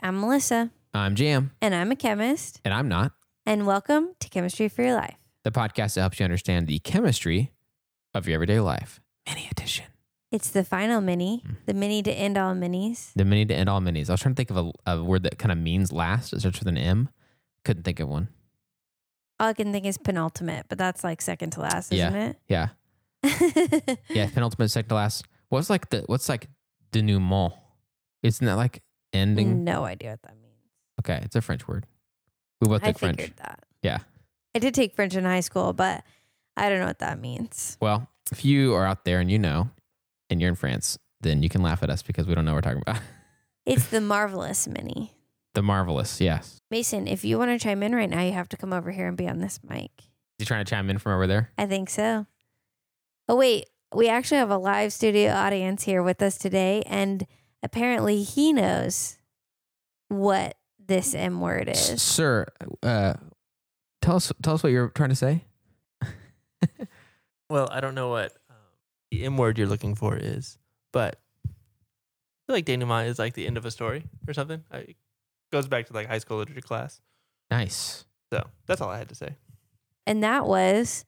I'm Melissa, I'm Jam, and I'm a chemist, and I'm not. and welcome to Chemistry for Your Life. The podcast that helps you understand the chemistry of your everyday life. Mini edition. It's the final mini, Mm. the mini to end all minis. The mini to end all minis. I was trying to think of a, a word that kind of means last. It starts with an M. Couldn't think of one. All I can think is penultimate, but that's like second to last, isn't it? Yeah. Yeah. penultimate, second to last. What's like the, what's like denouement? Isn't that like ending? no idea what that means. Okay. It's a French word. We both I think figured French. that. Yeah. I did take French in high school, but I don't know what that means. Well, if you are out there and you know, and you're in France, then you can laugh at us because we don't know what we're talking about. It's the marvelous mini. the marvelous. Yes. Mason, if you want to chime in right now, you have to come over here and be on this mic. You trying to chime in from over there? I think so. Oh, wait. We actually have a live studio audience here with us today, and apparently he knows what this M word S- is. Sir, uh, tell us tell us what you're trying to say. Well, I don't know what um, the M word you're looking for is, but I feel like denouement is like the end of a story or something. I, it goes back to like high school literature class. Nice. So that's all I had to say. And that was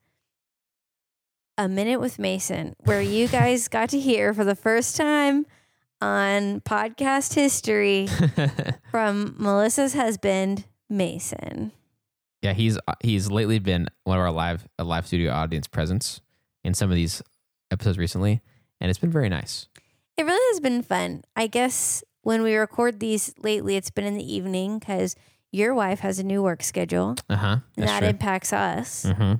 A Minute with Mason, where you guys got to hear for the first time on podcast history yeah, from Melissa's husband, Mason. he's uh, he's lately been one of our live a live studio audience presence in some of these episodes recently, and it's been very nice. It really has been fun. I guess when we record these lately, it's been in the evening because your wife has a new work schedule. Uh huh. And that That's impacts us. true. hmm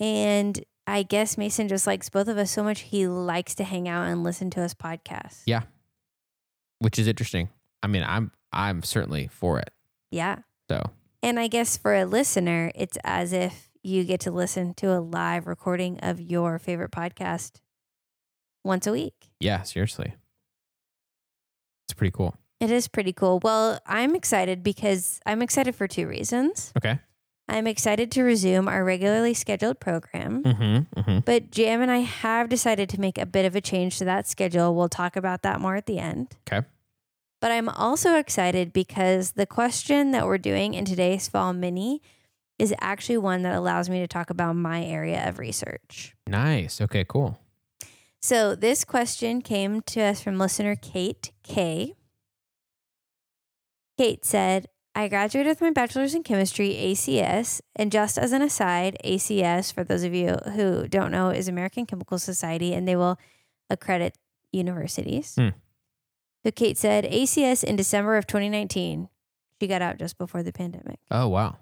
And I guess Mason just likes both of us so much, he likes to hang out and listen to us podcast. Yeah. Which is interesting. I mean, I'm I'm certainly for it. Yeah. So And I guess for a listener, it's as if you get to listen to a live recording of your favorite podcast once a week. yeah, seriously, it's pretty cool. It is pretty cool. Well, I'm excited because I'm excited for two reasons. Okay. I'm excited to resume our regularly scheduled program, Mm-hmm. Mm-hmm. but Jam and I have decided to make a bit of a change to that schedule. We'll talk about that more at the end. Okay. But I'm also excited because the question that we're doing in today's fall mini is actually one that allows me to talk about my area of research. Nice. Okay. Cool. So this question came to us from listener Kate K. Kate said, I graduated with my bachelor's in chemistry, ACS. And just as an aside, ACS, for those of you who don't know, is American Chemical Society and they will accredit universities. Hmm. So Kate said, ACS in December of 2019. She got out just before the pandemic. Oh wow.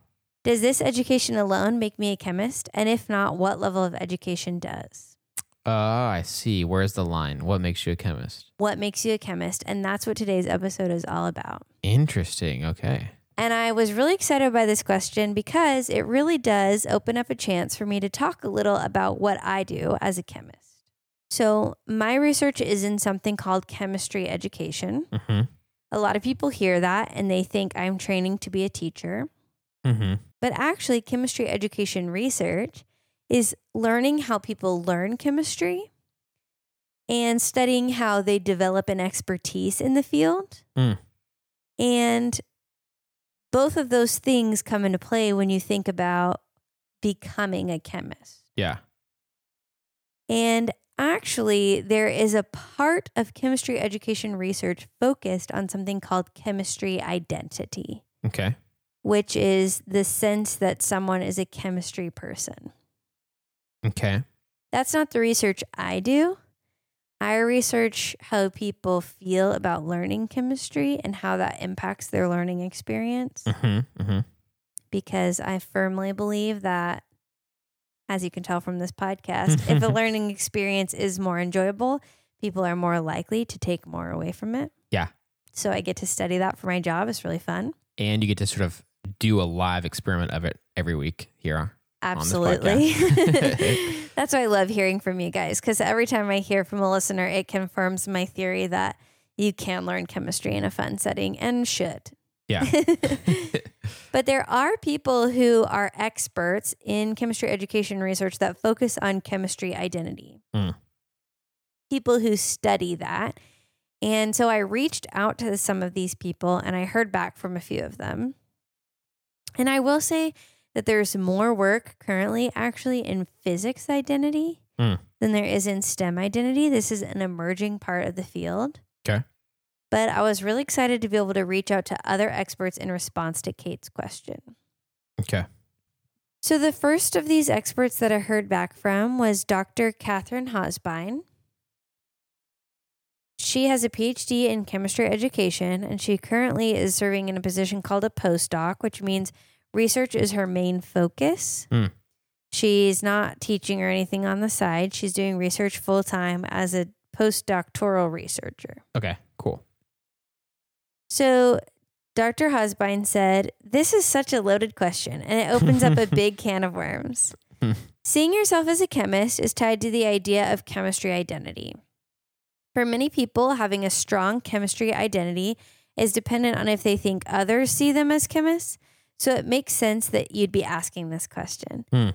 Does this education alone make me a chemist? And if not, what level of education does? Oh, I see. Where's the line? What makes you a chemist? what makes you a chemist and that's what today's episode is all about Interesting. Okay. and i was really excited by this question because it really does open up a chance for me to talk a little about what i do as a chemist so my research is in something called chemistry education Mm-hmm. a lot of people hear that and they think i'm training to be a teacher Mm-hmm. but actually chemistry education research is learning how people learn chemistry and studying how they develop an expertise in the field. Mm. And both of those things come into play when you think about becoming a chemist. Yeah. And actually, there is a part of chemistry education research focused on something called chemistry identity Okay. which is the sense that someone is a chemistry person. Okay. That's not the research I do. I research how people feel about learning chemistry and how that impacts their learning experience Mm-hmm. Mm-hmm. because I firmly believe that, as you can tell from this podcast, if a learning experience is more enjoyable, people are more likely to take more away from it. Yeah. So I get to study that for my job. It's really fun. And you get to sort of do a live experiment of it every week here. this Absolutely. podcast. That's why I love hearing from you guys because every time I hear from a listener, it confirms my theory that you can learn chemistry in a fun setting and should. Yeah. but there are people who are experts in chemistry education research that focus on chemistry identity. Mm. People who study that. And so I reached out to some of these people and I heard back from a few of them. And I will say that there's more work currently actually in physics identity Mm. than there is in STEM identity. This is an emerging part of the field. 'Kay. But I was really excited to be able to reach out to other experts in response to Kate's question. Okay. So, the first of these experts that I heard back from was Dr. Catherine Hosbein. She has a PhD in chemistry education, and she currently is serving in a position called a postdoc, which means research is her main focus. Hmm. She's not teaching or anything on the side. She's doing research full time as a postdoctoral researcher. Okay. Cool. So Dr. Hosbein said, This is such a loaded question, and it opens up a big can of worms. Hmm. Seeing yourself as a chemist is tied to the idea of chemistry identity. For many people, having a strong chemistry identity is dependent on if they think others see them as chemists. So it makes sense that you'd be asking this question. Hmm.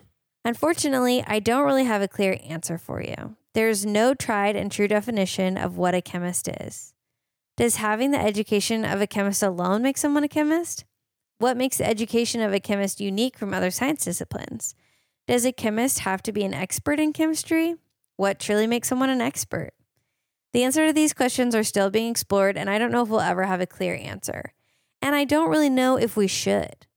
Unfortunately, I don't really have a clear answer for you. There's no tried and true definition of what a chemist is. Does having the education of a chemist alone make someone a chemist? What makes the education of a chemist unique from other science disciplines? Does a chemist have to be an expert in chemistry? What truly makes someone an expert? The answer to these questions are still being explored, and I don't know if we'll ever have a clear answer. And I don't really know if we should.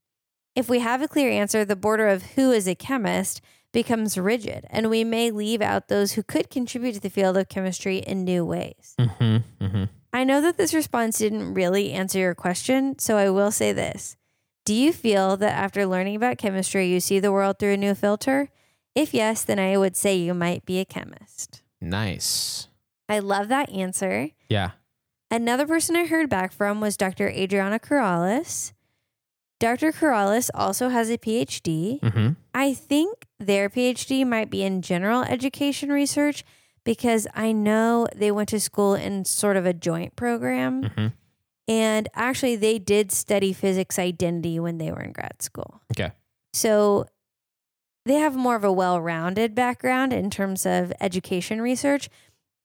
If we have a clear answer, the border of who is a chemist becomes rigid, and we may leave out those who could contribute to the field of chemistry in new ways. Mm-hmm. Mm-hmm. I know that this response didn't really answer your question, so I will say this. Do you feel that after learning about chemistry, you see the world through a new filter? If yes, then I would say you might be a chemist. Nice. I love that answer. Yeah. Another person I heard back from was Dr. Adriana Corrales. Dr. Corrales also has a PhD. Mm-hmm. I think their PhD might be in general education research because I know they went to school in sort of a joint program. Mm-hmm. And actually, they did study physics identity when they were in grad school. Okay. So they have more of a well rounded background in terms of education research,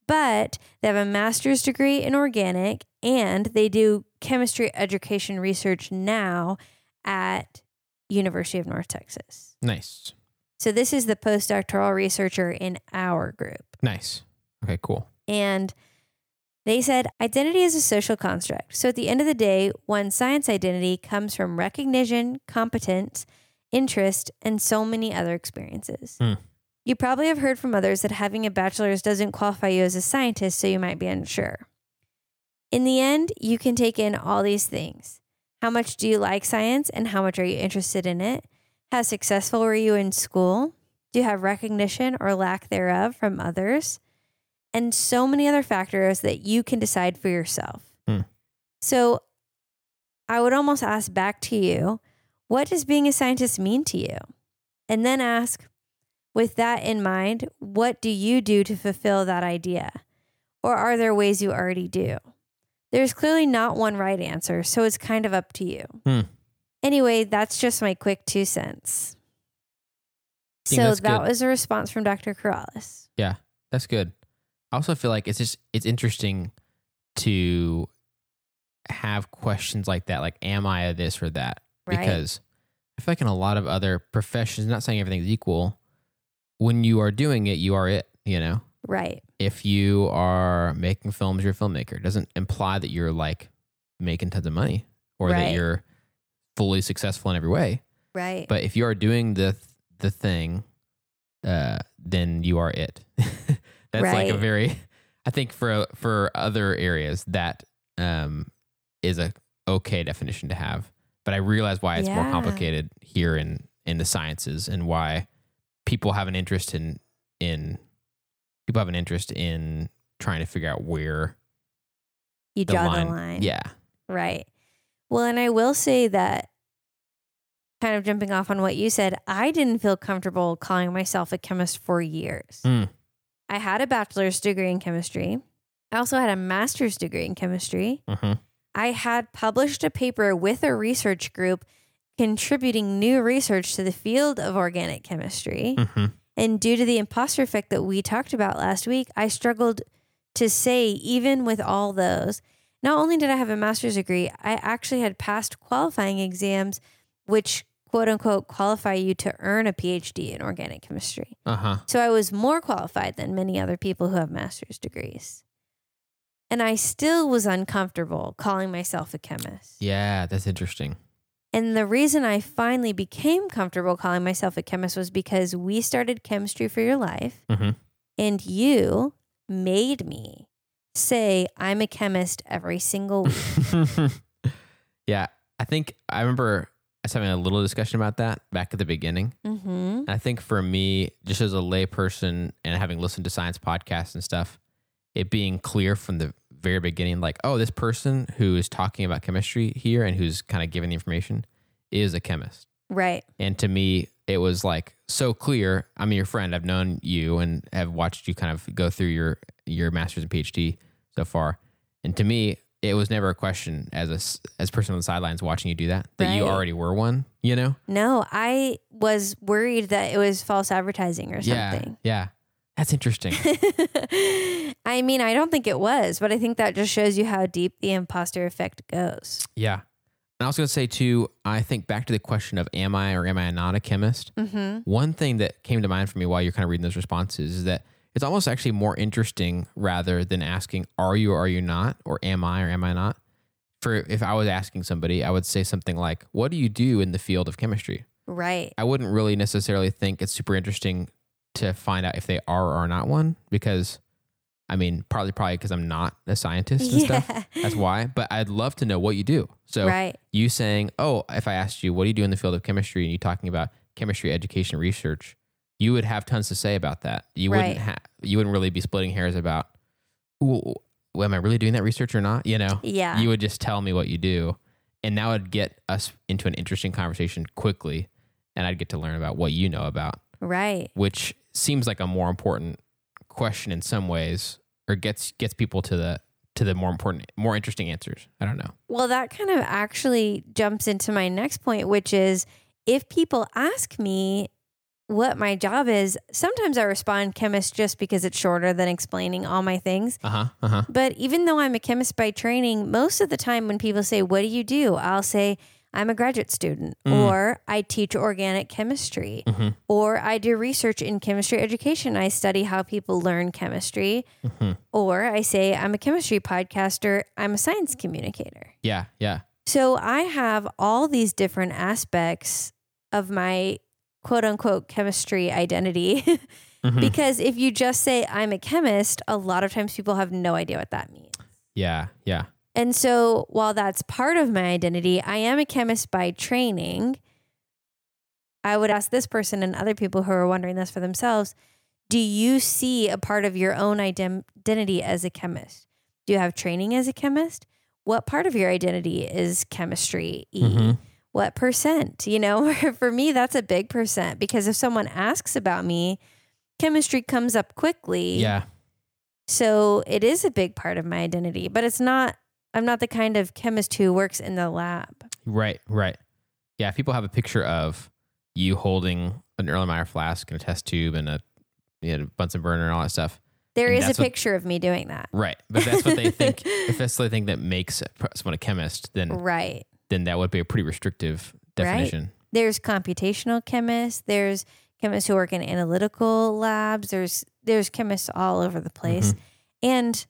but they have a master's degree in organic and they do chemistry education research now at University of North Texas. Nice. So this is the postdoctoral researcher in our group. Nice. Okay. Cool. And they said identity is a social construct. So at the end of the day, one's science identity comes from recognition, competence, interest, and so many other experiences. Hmm. You probably have heard from others that having a bachelor's doesn't qualify you as a scientist, so you might be unsure. In the end, you can take in all these things. How much do you like science and how much are you interested in it? How successful were you in school? Do you have recognition or lack thereof from others? and so many other factors that you can decide for yourself. Hmm. So I would almost ask back to you, what does being a scientist mean to you? And then ask, with that in mind, what do you do to fulfill that idea? Or are there ways you already do? There's clearly not one right answer, so it's kind of up to you. Hmm. Anyway, that's just my quick two cents. I think So that's that good. was a response from Dr. Corrales. That's good. I also feel like it's just it's interesting to have questions like that, like am I a this or that? Right? Because I feel like in a lot of other professions, not saying everything's equal, when you are doing it, you are it, you know? right. if you are making films, you're a filmmaker. It doesn't imply that you're like making tons of money or Right. that you're fully successful in every way. Right. But if you are doing the the thing, uh, then you are it. That's like a Right. very, I think for for other areas that um is a okay definition to have. But I realize why it's more Yeah. complicated here in in the sciences and why people have an interest in in people have an interest in trying to figure out where you the draw line, the line. Yeah. Right. Well, and I will say that kind of jumping off on what you said, I didn't feel comfortable calling myself a chemist for years. Hmm. I had a bachelor's degree in chemistry. I also had a master's degree in chemistry. Mhm. I had published a paper with a research group contributing new research to the field of organic chemistry. Mhm. And due to the imposter effect that we talked about last week, I struggled to say, even with all those, not only did I have a master's degree, I actually had passed qualifying exams, which quote unquote qualify you to earn a PhD in organic chemistry. Uh huh. So I was more qualified than many other people who have master's degrees. And I still was uncomfortable calling myself a chemist. Yeah, that's interesting. And the reason I finally became comfortable calling myself a chemist was because we started Chemistry for Your Life Mhm. and you made me say, I'm a chemist every single week. yeah, I think I remember us having a little discussion about that back at the beginning. mm-hmm. And I think for me, just as a layperson and having listened to science podcasts and stuff, it being clear from the very beginning, like, oh, this person who is talking about chemistry here and who's kind of giving the information is a chemist. Right. And to me, it was like so clear. I'm your friend. I've known you and have watched you kind of go through your your master's and PhD so far. And to me, it was never a question as a s- as a person on the sidelines watching you do that that you Right. already were one. You know? No, I was worried that it was false advertising or something. Yeah. Yeah. That's interesting. I mean, I don't think it was, but I think that just shows you how deep the imposter effect goes. yeah. And I was going to say too. I think back to the question of am I or am I not a chemist? Mm-hmm. One thing that came to mind for me while you're kind of reading those responses is that it's almost actually more interesting rather than asking, are you or are you not? Or am I or am I not? For if I was asking somebody, I would say something like, what do you do in the field of chemistry? Right. I wouldn't really necessarily think it's super interesting to find out if they are or are not one because, I mean, partly probably because I'm not a scientist and stuff. That's why. But I'd love to know what you do. So right. you saying, "Oh, if I asked you, what do you do in the field of chemistry?" and you talking about chemistry education research, you would have tons to say about that. You Right. wouldn't ha- you wouldn't really be splitting hairs about, "Ooh, well, am I really doing that research or not?" You know, Yeah. you would just tell me what you do, and that would get us into an interesting conversation quickly, and I'd get to learn about what you know about, right. which seems like a more important question in some ways, or gets gets people to the to the more important, more interesting answers. I don't know. Well, that kind of actually jumps into my next point, which is if people ask me what my job is, sometimes I respond chemist just because it's shorter than explaining all my things. Uh huh. Uh huh. But even though I'm a chemist by training, most of the time when people say, What do you do? I'll say, I'm a graduate student, Mm. or I teach organic chemistry, Mhm. or I do research in chemistry education. I study how people learn chemistry, Mhm. or I say, I'm a chemistry podcaster, I'm a science communicator. Yeah. Yeah. So I have all these different aspects of my quote unquote chemistry identity. Mhm. because if you just say, I'm a chemist, a lot of times people have no idea what that means. yeah, yeah, And so while that's part of my identity, I am a chemist by training. I would ask this person and other people who are wondering this for themselves do you see a part of your own idem- identity as a chemist? Do you have training as a chemist? What part of your identity is chemistry E? Mhm. What percent? You know, for me, that's a big percent because if someone asks about me, chemistry comes up quickly. yeah, So it is a big part of my identity, but it's not, I'm not the kind of chemist who works in the lab. right, right. Yeah, if people have a picture of you holding an Erlenmeyer flask and a test tube and a you know, Bunsen burner and all that stuff. There And is a that's what- picture of me doing that. Right, but if that's what they think. If that's the thing that makes someone a chemist, then Right. then that would be a pretty restrictive Right. definition. There's computational chemists, there's chemists who work in analytical labs, there's there's chemists all over the place. Mm-hmm. And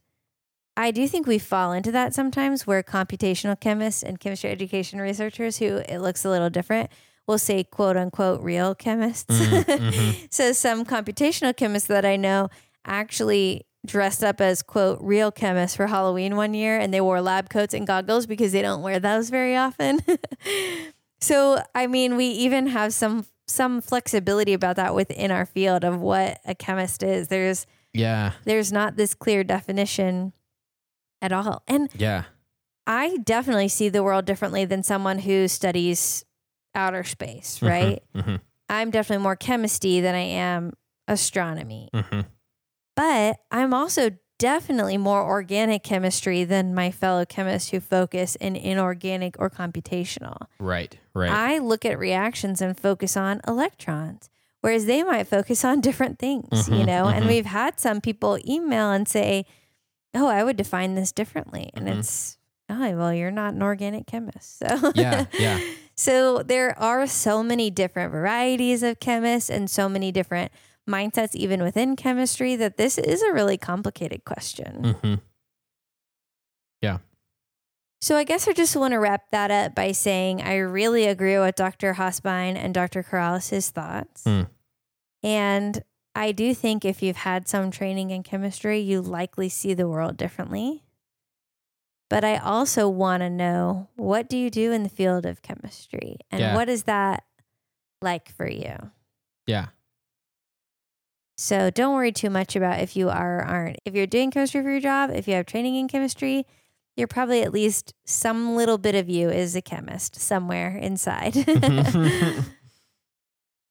I do think we fall into that sometimes where computational chemists and chemistry education researchers who it looks a little different will say quote unquote real chemists. Mhm, mhm. so some computational chemists that I know actually dressed up as quote real chemists for Halloween one year and they wore lab coats and goggles because they don't wear those very often. so I mean we even have some some flexibility about that within our field of what a chemist is. There's Yeah, there's not this clear definition at all. And yeah, I definitely see the world differently than someone who studies outer space, Mhm, right? mhm, I'm definitely more chemistry than I am astronomy. mhm. But I'm also definitely more organic chemistry than my fellow chemists who focus in inorganic or computational. Right, right. I look at reactions and focus on electrons, whereas they might focus on different things, you Mhm, know? And mhm. we've had some people email and say, oh, I would define this differently. And Mhm. it's, oh, well, you're not an organic chemist. So, Yeah, yeah. So, there are so many different varieties of chemists and so many different mindsets, even within chemistry, that this is a really complicated question. Mm-hmm. So I guess I just want to wrap that up by saying I really agree with Dr. Hosbein and Dr. Corrales' thoughts. Hmm. And I do think if you've had some training in chemistry, you likely see the world differently. But I also want to know what do you do in the field of chemistry and Yeah. what is that like for you? Yeah. So don't worry too much about if you are or aren't. If you're doing chemistry for your job, if you have training in chemistry, you're probably at least some little bit of you is a chemist somewhere inside. Mm-hmm.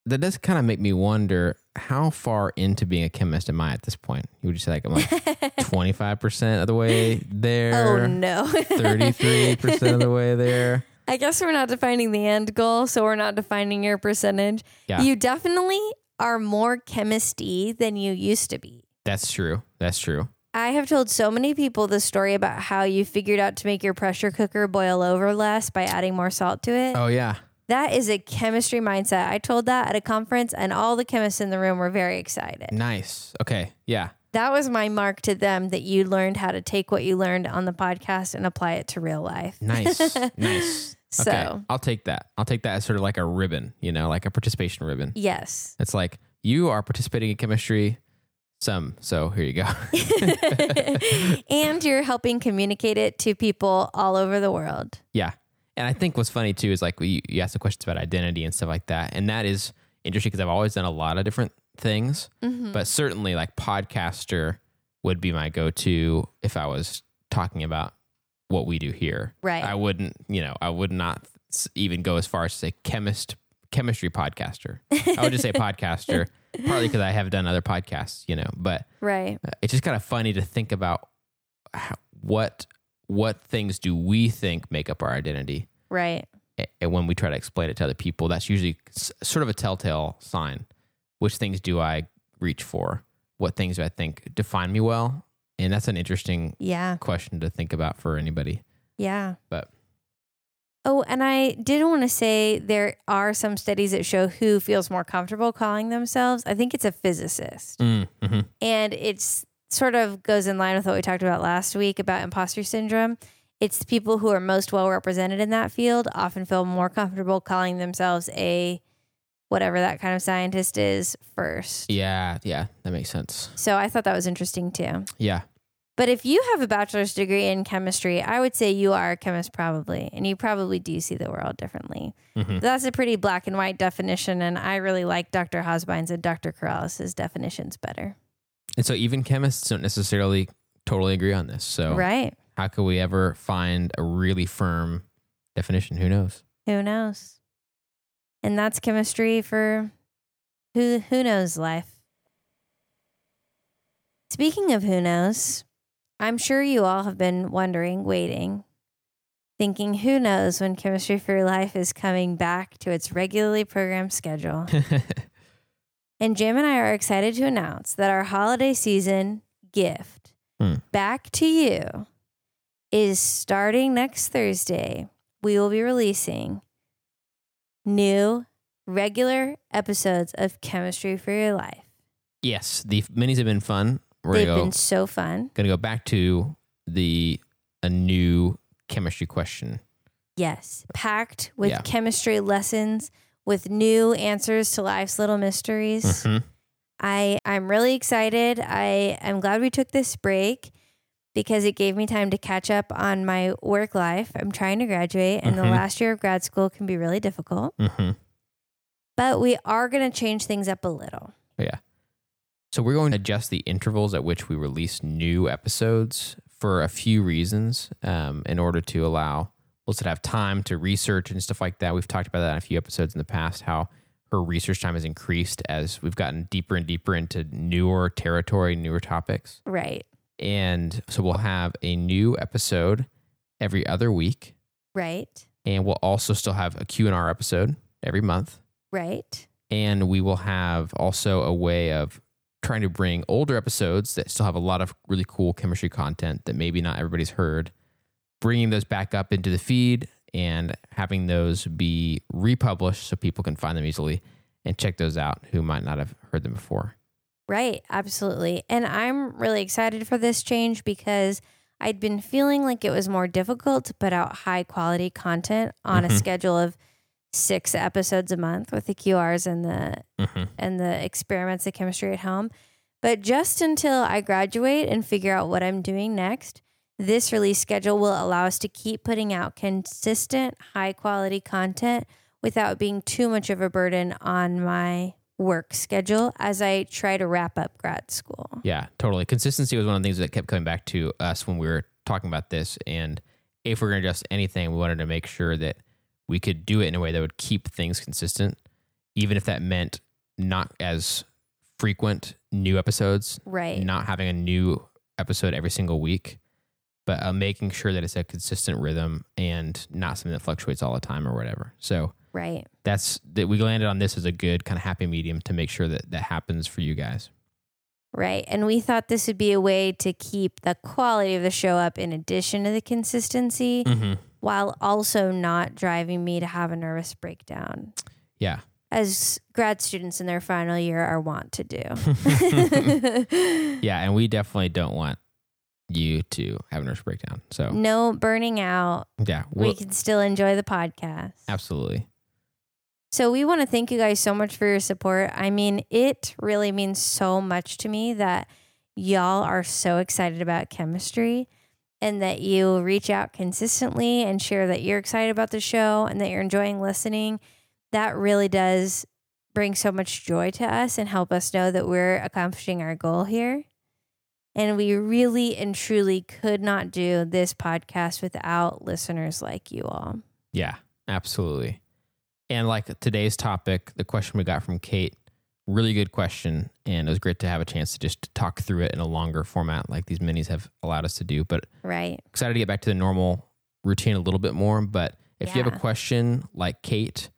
That does kind of make me wonder how far into being a chemist am I at this point? You would just say like I'm like twenty five percent of the way oh there, no. thirty three percent of the way there. I guess we're not defining the end goal, so we're not defining your percentage. Yeah. You definitely are more chemisty than you used to be. That's true. That's true. I have told so many people the story about how you figured out to make your pressure cooker boil over less by adding more salt to it. Oh yeah. That is a chemistry mindset. I told that at a conference, and all the chemists in the room were very excited. Nice. Okay. Yeah. That was my mark to them that you learned how to take what you learned on the podcast and apply it to real life. Nice. nice. So, Okay. I'll take that. I'll take that as sort of like a ribbon, you know, like a participation ribbon. yes. It's like you are participating in chemistry some. So here you go. and you're helping communicate it to people all over the world. Yeah. And I think what's funny too is like we, you asked the questions about identity and stuff like that. And that is interesting because I've always done a lot of different things, Mhm. but certainly like podcaster would be my go to if I was talking about what we do here. Right. I wouldn't, you know, I would not s- even go as far as to say chemist, chemistry podcaster. I would just say podcaster, partly because I have done other podcasts, you know, but right. uh, it's just kind of funny to think about how, what what things do we think make up our identity Right. A- and when we try to explain it to other people that's usually s- sort of a telltale sign which things do i reach for what things do i think define me well and that's an interesting Yeah. question to think about for anybody Yeah. But- Oh, and I did want to say there are some studies that show who feels more comfortable calling themselves. I think it's a physicist. mm-hmm. And it's sort of goes in line with what we talked about last week about imposter syndrome. It's the people who are most well represented in that field often feel more comfortable calling themselves a whatever that kind of scientist is first. yeah yeah that makes sense So I thought that was interesting too. yeah But if you have a bachelor's degree in chemistry, I would say you are a chemist probably, and you probably do see the world differently. Mhm. That's a pretty black and white definition, and I really like Dr. Hosbein's and Dr. Corrales' definitions better. and so even chemists don't necessarily totally agree on this so Right? how could we ever find a really firm definition who knows Who knows? And that's chemistry for who who knows life. Speaking of who knows, I'm sure you all have been wondering, waiting, thinking who knows when chemistry for Your life is coming back to its regularly programmed schedule. And Jim and I are excited to announce that our holiday season gift, Hmm. Back to You, is starting next Thursday. We will be releasing new regular episodes of Chemistry for Your Life. Yes, the f- minis have been fun. We're They've gonna go, been so fun. gonna go back to the a new chemistry question. Yes, packed with Yeah. chemistry lessons, with new answers to life's little mysteries. Mhm. I I'm really excited. I I'm glad we took this break because it gave me time to catch up on my work life. I'm trying to graduate and the Mhm. last year of grad school can be really difficult. Mhm. But we are going to change things up a little. So we're going to adjust the intervals at which we release new episodes for a few reasons, um, in order to allow Melissa to have time to research and stuff like that. We've talked about that in a few episodes in the past. How her research time has increased as we've gotten deeper and deeper into newer territory, newer topics. Right. And so we'll have a new episode every other week. Right. And we'll also still have a Q&R episode every month. Right. And we will have also a way of trying to bring older episodes that still have a lot of really cool chemistry content that maybe not everybody's heard, bringing those back up into the feed and having those be republished so people can find them easily and check those out who might not have heard them before. Right, absolutely. And I'm really excited for this change because I'd been feeling like it was more difficult to put out high quality content on Mhm. a schedule of six episodes a month with the QRs and the Mm-hmm. and the experiments of chemistry at home. But just until I graduate and figure out what I'm doing next, this release schedule will allow us to keep putting out consistent, high quality content without being too much of a burden on my work schedule as I try to wrap up grad school. Yeah, totally. Consistency was one of the things that kept coming back to us when we were talking about this. And if we are going to adjust anything, we wanted to make sure that we could do it in a way that would keep things consistent, even if that meant not as frequent new episodes, Right. not having a new episode every single week, but uh, making sure that it's a consistent rhythm and not something that fluctuates all the time or whatever. So Right. that's that we landed on this as a good kind of happy medium to make sure that that happens for you guys. Right. And we thought this would be a way to keep the quality of the show up in addition to the consistency Mm-hmm. while also not driving me to have a nervous breakdown. Yeah. as grad students in their final year are wont to do. Yeah, and we definitely don't want you to have a nervous breakdown. So No burning out. yeah, Mm. we we'll, can still enjoy the podcast. absolutely. So we want to thank you guys so much for your support. I mean, it really means so much to me that y'all are so excited about chemistry and that you reach out consistently and share that you're excited about the show and that you're enjoying listening. That really does bring so much joy to us and help us know that we're accomplishing our goal here. And we really and truly could not do this podcast without listeners like you all. Yeah, absolutely. And like today's topic, the question we got from Kate, really good question. And it was great to have a chance to just talk through it in a longer format like these minis have allowed us to do. But Right. excited to get back to the normal routine a little bit more. But if you have a Yeah. question like Kate,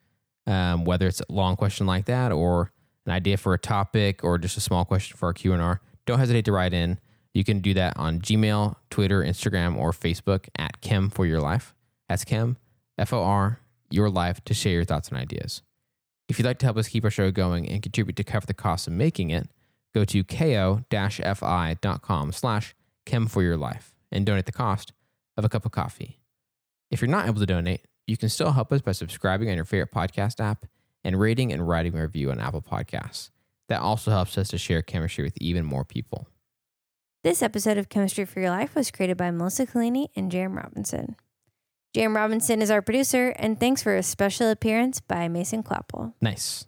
um, whether it's a long question like that or an idea for a topic or just a small question for our Q&R, don't hesitate to write in. You can do that on Gmail, Twitter, Instagram, or Facebook at Chem for Your Life. That's Chem, F-O-R, Your Life to share your thoughts and ideas. If you'd like to help us keep our show going and contribute to cover the cost of making it, go to ko-fi.com slash chem for your life and donate the cost of a cup of coffee. If you're not able to donate, you can still help us by subscribing on your favorite podcast app and rating and writing a review on Apple Podcasts. That also helps us to share chemistry with even more people. This episode of Chemistry for Your Life was created by Melissa Collini and Jam Robinson. Jam Robinson is our producer, and thanks for a special appearance by Mason Clapple. Nice.